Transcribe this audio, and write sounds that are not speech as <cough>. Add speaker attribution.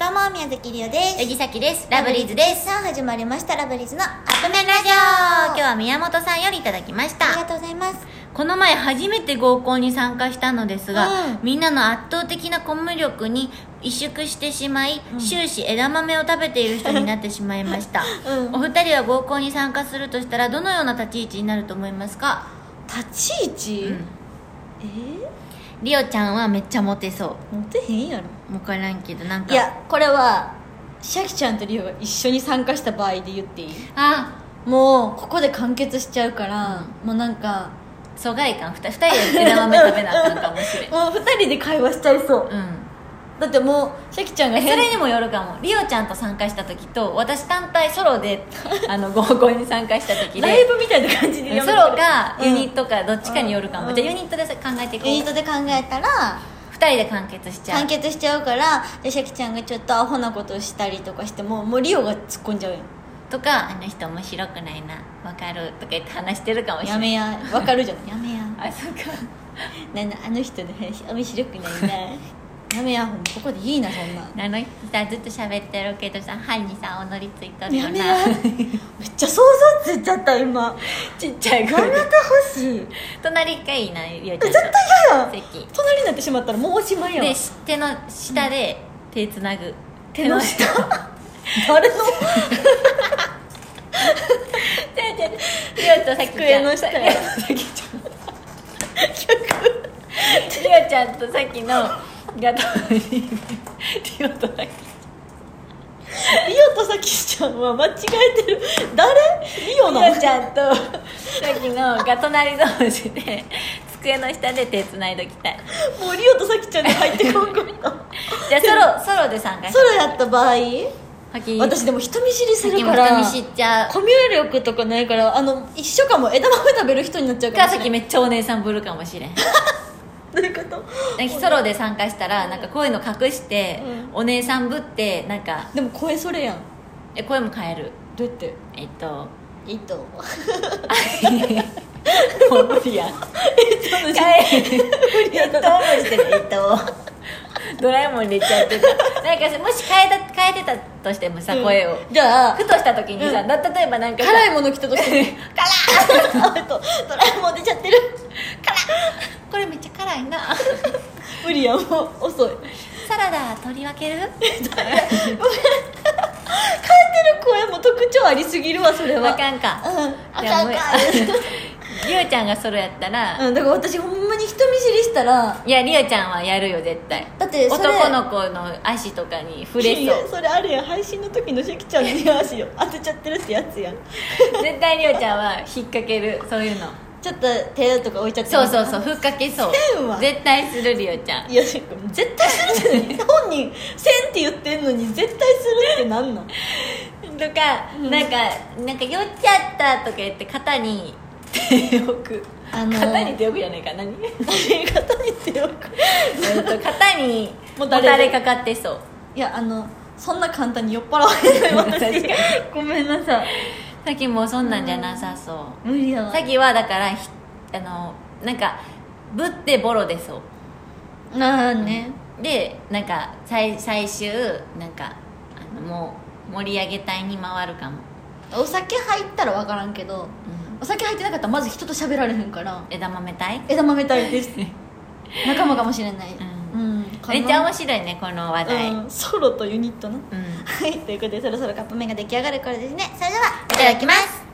Speaker 1: うも宮崎りおです
Speaker 2: 藤崎ですラブリーズです
Speaker 1: さあ始まりましたラブリーズのアップメンラジオ
Speaker 2: 今日は宮本さんよりいただきまし
Speaker 1: あり
Speaker 2: た
Speaker 1: がとうございます
Speaker 2: この前初めて合コンに参加したのですが、
Speaker 1: うん
Speaker 2: みんなの圧倒的なコミュ力に萎縮してしまい、終始枝豆を食べている人になってしまいました、
Speaker 1: <laughs> うん
Speaker 2: お二人は合コンに参加するとしたらどのような立ち位置になると思いますか、
Speaker 1: 立ち位置、
Speaker 2: うん
Speaker 1: え
Speaker 2: リオちゃんはめっちゃモテそ
Speaker 1: ー、モテへんやろ
Speaker 2: うもうからんけどなんか
Speaker 1: いやこれはシャキちゃんとりおが一緒に参加した場合で言っていい
Speaker 2: あ
Speaker 1: もうここで完結しちゃうから、もうなんか
Speaker 2: 疎外感 2, 人で枝豆食べなあかんかもしれん
Speaker 1: <laughs> もう二人で会話しちゃいそう、
Speaker 2: うん
Speaker 1: だってもうシャキちゃんが
Speaker 2: <laughs> そ
Speaker 1: 変
Speaker 2: れにもよるかもリオちゃんと参加した時と私単体ソロ
Speaker 1: <laughs>
Speaker 2: であの合コンに参加した時で
Speaker 1: ライブみたいな感じで
Speaker 2: ソロかユニッ
Speaker 1: ト、
Speaker 2: トかどっちかによるかも、
Speaker 1: うん
Speaker 2: じゃあユニットで考えていこ
Speaker 1: ユニッ
Speaker 2: う
Speaker 1: トで考えたら
Speaker 2: 二人で完結しちゃう
Speaker 1: 完結しちゃうからでシャキちゃんがちょっとアホなことをしたりとかしてももうリオが突っ込んじゃうよ
Speaker 2: とかあの人面白くないなわかるとか言って話してるかもしれ
Speaker 1: や
Speaker 2: ない
Speaker 1: めやわかるじゃ <laughs> んやめや
Speaker 2: あそうか
Speaker 1: なんだあの人の話面白くないなやめやほんまここでいいなそんな
Speaker 2: あの人さずっと喋ってるけどさ歯にさお乗りついとるよ
Speaker 1: や <laughs> め
Speaker 2: な
Speaker 1: やめっちゃ想像ついちゃった今
Speaker 2: ちっちゃい
Speaker 1: やめ
Speaker 2: 声
Speaker 1: て
Speaker 2: で
Speaker 1: ほしい
Speaker 2: <laughs> 隣がいいなリオちゃ
Speaker 1: 絶
Speaker 2: ん
Speaker 1: 対嫌やん
Speaker 2: 席
Speaker 1: 隣になってしまったらもうおしまいやん
Speaker 2: で手の下で手つなぐ
Speaker 1: 手の下誰の
Speaker 2: リオとさきちゃ
Speaker 1: 机
Speaker 2: ん
Speaker 1: の下や
Speaker 2: リ
Speaker 1: シャキちゃん
Speaker 2: オちゃんとさきのが隣にリオとさき
Speaker 1: リオとさきちゃんは間違えてる誰リオな
Speaker 2: リ
Speaker 1: の
Speaker 2: オちゃんとさきのが隣同士で机の下で手つないどきたい
Speaker 1: もうリオとさきちゃんが入ってこんか
Speaker 2: <laughs>
Speaker 1: った
Speaker 2: じゃあソロソロで参加し
Speaker 1: ソロやった場合
Speaker 2: さき
Speaker 1: 私
Speaker 2: さ
Speaker 1: でも人見知りす
Speaker 2: き
Speaker 1: る
Speaker 2: も
Speaker 1: から
Speaker 2: 人見知っちゃう
Speaker 1: コミュ力とかないからあの一緒かも枝豆食べる人になっちゃうか
Speaker 2: からさきめっちゃお姉さんぶるかもしれ <laughs> ん
Speaker 1: どういうこと
Speaker 2: なんかソロで参加したらなんかこういうの隠して、
Speaker 1: う
Speaker 2: お姉さんぶってなんか
Speaker 1: でも声それやん
Speaker 2: え声も変える
Speaker 1: どうやって
Speaker 2: えっと
Speaker 1: いいと思う
Speaker 2: も <laughs> う無理
Speaker 1: <laughs>
Speaker 2: やん変え
Speaker 1: い
Speaker 2: <laughs>
Speaker 1: やどうもしてるえっ <laughs> と
Speaker 2: ドラえもんで言っちゃってたなんかさもし変えた変えてたとしてもさ、声を
Speaker 1: じゃあ
Speaker 2: ふとした時にさ、
Speaker 1: う
Speaker 2: な例えばなんかさ
Speaker 1: 辛いもの来たとしても辛いとドラえもん出ちゃってる
Speaker 2: これめっちゃ辛いな
Speaker 1: 無理やんもう遅い
Speaker 2: サラダ取り分ける
Speaker 1: 出る声も特徴ありすぎるわそれは
Speaker 2: わかんか
Speaker 1: うんあ
Speaker 2: いや
Speaker 1: かん
Speaker 2: もう
Speaker 1: か
Speaker 2: りおちゃんがソロやった
Speaker 1: <laughs>
Speaker 2: ら、
Speaker 1: うんだから私ほんまに人見知りしたら
Speaker 2: いやりおちゃんはやるよ絶対
Speaker 1: だってそれ
Speaker 2: 男の子の足とかに触れ
Speaker 1: い
Speaker 2: そ
Speaker 1: や
Speaker 2: う
Speaker 1: それあれやん配信の時のシャキちゃんの足を当てちゃってるってやつやん
Speaker 2: 絶対りおちゃんは引っ掛けるそういうの
Speaker 1: ちょっと手とか置いちゃって
Speaker 2: そうそうそう
Speaker 1: う
Speaker 2: ふっかけそう
Speaker 1: せんわ
Speaker 2: 絶対するりおちゃん
Speaker 1: いや絶対する <laughs> じゃない本人「せん」って言ってんのに絶対するってなんなん
Speaker 2: とか、なんかなんか酔っちゃったとか言って肩に手を置く、
Speaker 1: あのー
Speaker 2: 肩に手を置くじゃないか何
Speaker 1: 何肩に手を置く
Speaker 2: えっと肩に
Speaker 1: も
Speaker 2: も
Speaker 1: た
Speaker 2: た
Speaker 1: れ
Speaker 2: れかかってそう
Speaker 1: いやあのそんな簡単に酔っ払われない私
Speaker 2: 確かに
Speaker 1: ごめんなさい
Speaker 2: さっきもうそんなんじゃなさそう、
Speaker 1: 無理やわ
Speaker 2: さっきはだからひあのなんかぶってボロ出そう
Speaker 1: なあね、
Speaker 2: でなんか最最終なんかあのもう盛り上げ隊に回るかも、
Speaker 1: お酒入ったら分からんけど
Speaker 2: うん
Speaker 1: お酒入ってなかったらまず人と喋られへんから
Speaker 2: 枝豆隊
Speaker 1: 枝豆たいです仲間かもしれない、
Speaker 2: うん
Speaker 1: うん
Speaker 2: めっちゃ面白いねこの話題、
Speaker 1: うん、ソロとユニットな
Speaker 2: うん
Speaker 1: はい、ということでそろそろカップ麺が出来上がる頃ですねそれではいただきます